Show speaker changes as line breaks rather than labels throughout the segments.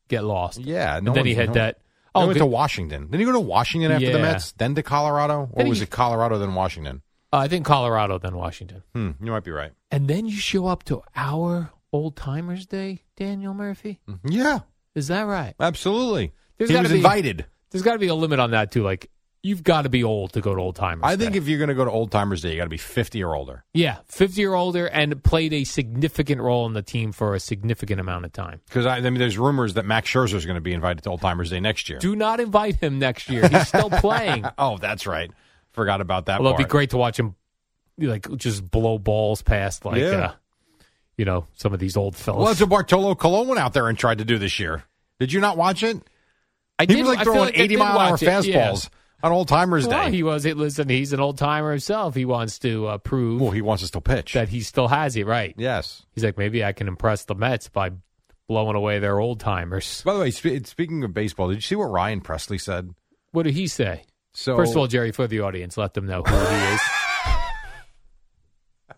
get lost.
Yeah,
and then he had that.
Oh,
Oh,
went to
good-
Washington. Didn't he go to Washington after the
Yeah.
Mets? Then to Colorado, or
Then he-
was it Colorado then Washington?
uh, I think Colorado, then Washington.
Hmm, you might be right.
And then you show up to our Old Timers Day, Daniel Murphy.
Yeah,
Is that right?
absolutely.
There's
he
gotta
was
be-
invited.
There's got to be a limit on that, too. Like, you've got to be old to go to Old Timers
I think
Day.
if you're going to go to Old Timers Day, you got to be 50 or older.
Yeah, 50 or older and played a significant role in the team for a significant amount of time.
Because I, I mean, there's rumors that Max Scherzer is going to be invited to Old Timers Day next year.
Do not invite him next year. He's still playing.
Oh, that's right. Forgot about that.
Although it'd be
part.
great to watch him, like just blow balls past, like
Yeah.
uh, you know, some of these old
Well,
fellas.
that's what Bartolo Colon went out there and tried to do this year. Did you not watch it?
I
He
did-
was
I
like
feel
throwing
like I
80
did
mile an hour
watch it, yeah.
fastballs on Old Timers
Well,
Day.
he was. It, listen, he's an old timer himself. He wants to uh, prove
well, he wants us to pitch.
that he still has it. Right?
yes.
He's like, maybe I can impress the Mets by blowing away their old timers.
By the way, spe- speaking of baseball, did you see what Ryan Presley said?
What did he say?
So
First of all, Jerry, for the audience, let them know who he is.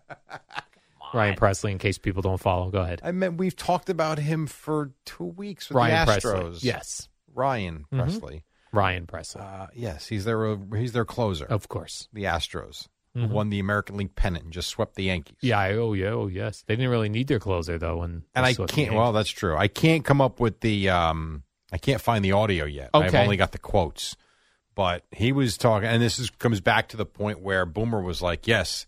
Ryan Presley, in case people don't follow. Go ahead.
I meant we've talked about him for two weeks with
Ryan
the
Presley.
Astros.
Yes. Mm-hmm.
Ryan Presley.
Ryan Presley.
Uh, yes, he's their uh, he's their closer.
of course.
The Astros who
Mm-hmm.
won the American League pennant and just swept the Yankees.
Yeah. I- Oh, yeah. Oh, yes. They didn't really need their closer though. When
and
they
I
swept the
can't.
Yankees.
Well, that's true. I can't come up with the. Um, I can't find the audio yet. I've
Okay.
only got the quotes. But he was talking, and this is, comes back to the point where Boomer was like, "Yes,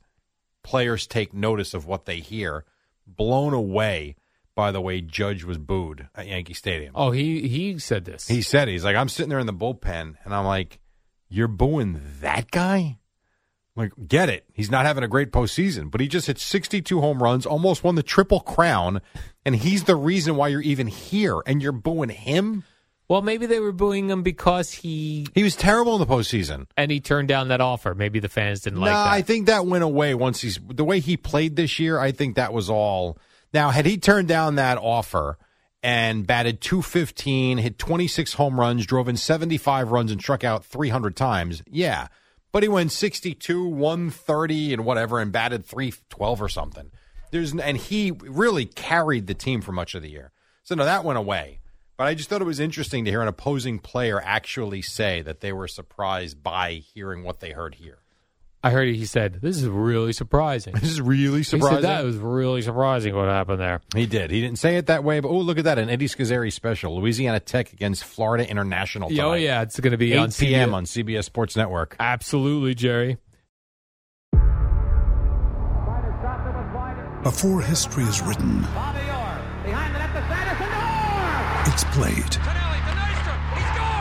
players take notice of what they hear." Blown away by the way Judge was booed at Yankee Stadium.
oh, he he said this.
He said, "He's like, I'm sitting there in the bullpen, and I'm like, you're booing that guy." I'm like, get it. He's not having a great postseason, but he just hit 62 home runs, almost won the triple crown, and he's the reason why you're even here. And you're booing him.
well, maybe they were booing him because he
He was terrible in the postseason.
and he turned down that offer. Maybe the fans didn't like
nah,
that.
I think that went away once he's the way he played this year. I think that was all. Now, had he turned down that offer and batted 215, hit 26 home runs, drove in 75 runs, and struck out 300 times, yeah. But he went 62, 130, and whatever, and batted 312 or something. There's and he really carried the team for much of the year. So no, that went away. But I just thought it was interesting to hear an opposing player actually say that they were surprised by hearing what they heard here.
I heard he said, "This is really surprising."
This is really
He
surprising.
said that was really surprising what happened there.
He did. He didn't say it that way, but oh, look at that. An Eddie Scazzeri special. Louisiana Tech against Florida International. Tonight.
Oh yeah, it's going to be
8
on
p.m.
CBS.
on CBS Sports Network.
Absolutely, Jerry.
Before history is written, it's played.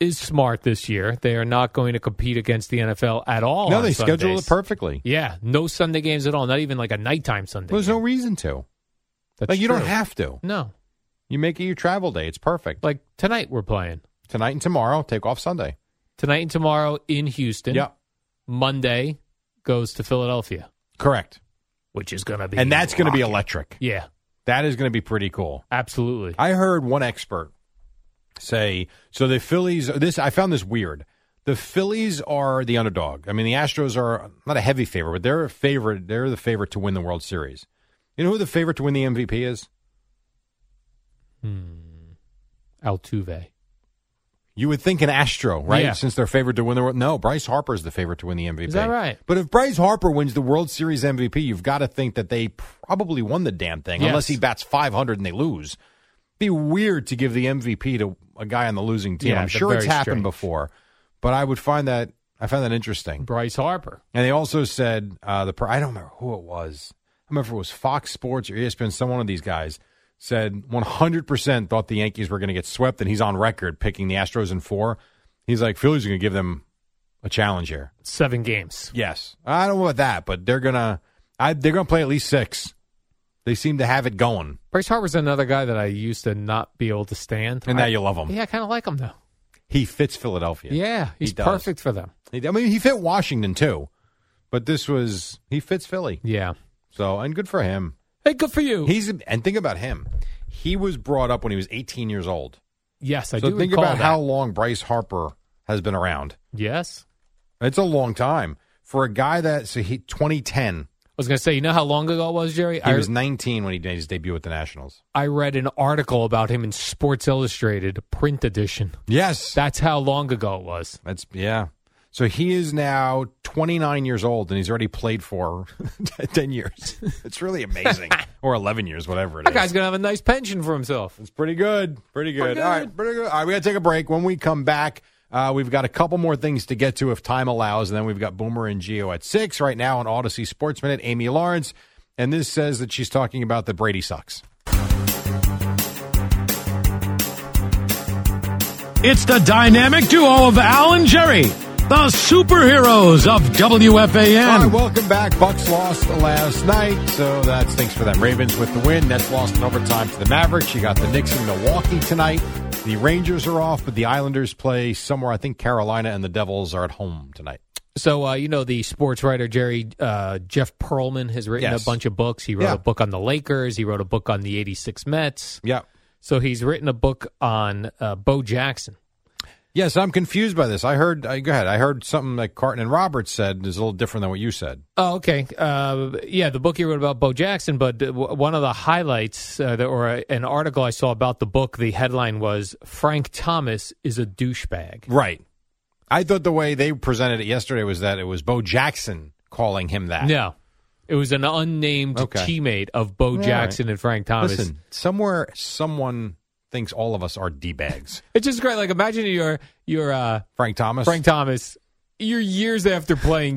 is smart this year. They are not going to compete against the NFL at all.
no,
on
they scheduled
Oh, Sundays.
it perfectly.
Yeah, no Sunday games at all. Not even like a nighttime Sunday.
There's
game.
no reason to.
That's
like you don't
true.
have to.
No,
You make it your travel day. It's perfect.
like tonight we're playing.
Tonight and tomorrow, take off Sunday.
Tonight and tomorrow in Houston.
Yeah,
Monday goes to Philadelphia,
correct.
which is going to be
And that's going to be
rocking.
electric.
Yeah,
That is going to be pretty cool.
absolutely.
I heard one expert say so the Phillies this I found this weird. The Phillies are the underdog. I mean the Astros are not a heavy favorite, but they're a favorite they're the favorite to win the World Series. You know who the favorite to win the MVP is?
Altuve.
You would think an Astro, right?
Yeah.
Since they're favored to win the World No, Bryce Harper is the favorite to win the MVP.
Is that right?
But if Bryce Harper wins the World Series MVP, you've got to think that they probably won the damn thing,
Yes.
unless he bats 500 and they lose. Be weird to give the MVP to a guy on the losing team.
Yeah,
I'm
they're
sure it's
very
happened
strange.
before, but I would find that I found that interesting.
Bryce Harper.
And they also said uh, the per- I don't remember who it was. I remember if it was Fox Sports or E ESPN. Some one of these guys said 100% thought the Yankees were going to get swept, and he's on record picking the Astros in four. He's like Phillies are going to give them a challenge here.
Seven games.
Yes, I don't know about that, but they're gonna I, they're gonna play at least six. They seem to have it going,
Bryce Harper's another guy that I used to not be able to stand.
and now
I-
you love him.
Yeah, I kind of like him though.
He fits Philadelphia.
Yeah,
He
he's
does.
perfect for them.
He- I mean, he fit Washington too, but this was he fits Philly.
Yeah.
So and good for him.
Hey, good for you.
He's and think about him. He was brought up when he was 18 years old.
yes, I
so
do
think
recall
about
that.
how long Bryce Harper has been around.
Yes,
It's a long time for a guy that so he 2010.
I was going to say. You know how long ago it was, Jerry?
He
I
was 19 when he made his debut with the Nationals.
I read an article about him in Sports Illustrated print edition.
Yes,
That's how long ago it was.
That's yeah. So he is now 29 years old and he's already played for 10 years. It's really amazing. or 11 years, whatever it is.
That guy's going to have a nice pension for himself.
It's pretty good. Pretty good.
Pretty
All
good.
right, pretty good. All right, we got to take a break. When we come back, uh, we've got a couple more things to get to if time allows, and then we've got Boomer and Geo at six right now on Odyssey Sports Minute. Amy Lawrence, and this says that she's talking about the Brady sucks.
It's the dynamic duo of Al and Jerry, the superheroes of
All right,
WFAN.
welcome back. Bucks lost last night, so that stinks for them. Ravens with the win. Nets lost in overtime to the Mavericks. You got the Knicks in Milwaukee tonight. The Rangers are off, but the Islanders play somewhere. I think Carolina and the Devils are at home tonight.
So uh, you know the sports writer Jerry uh, Jeff Pearlman has written
Yes.
a bunch of books. He wrote
Yeah.
a book on the Lakers. He wrote a book on the '86 Mets.
Yeah.
So he's written a book on uh, Bo Jackson.
Yes, I'm confused by this. I heard. I, go ahead. I heard something that Carton and Roberts said is a little different than what you said.
Oh, okay. Uh, yeah, the book he wrote about Bo Jackson, but uh, w- one of the highlights uh, that, or a, an article I saw about the book, the headline was Frank Thomas is a douchebag.
Right. I thought the way they presented it yesterday was that it was Bo Jackson calling him that.
No, it was an unnamed
Okay.
teammate of Bo
right.
Jackson and Frank Thomas.
Listen, somewhere someone thinks all of us are d bags.
It's just great. Like imagine you're you're uh,
Frank Thomas.
Frank Thomas. You're years after playing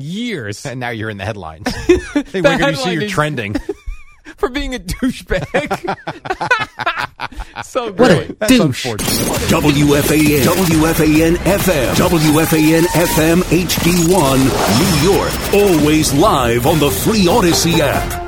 years
And now you're in the headlines. hey, we're going to see
headline
you're
is-
trending.
for being a douchebag. so great.
What a That's unfortunate.
WFAN, WFAN FM, WFAN FM HD1, New York. Always live on the free Odyssey app.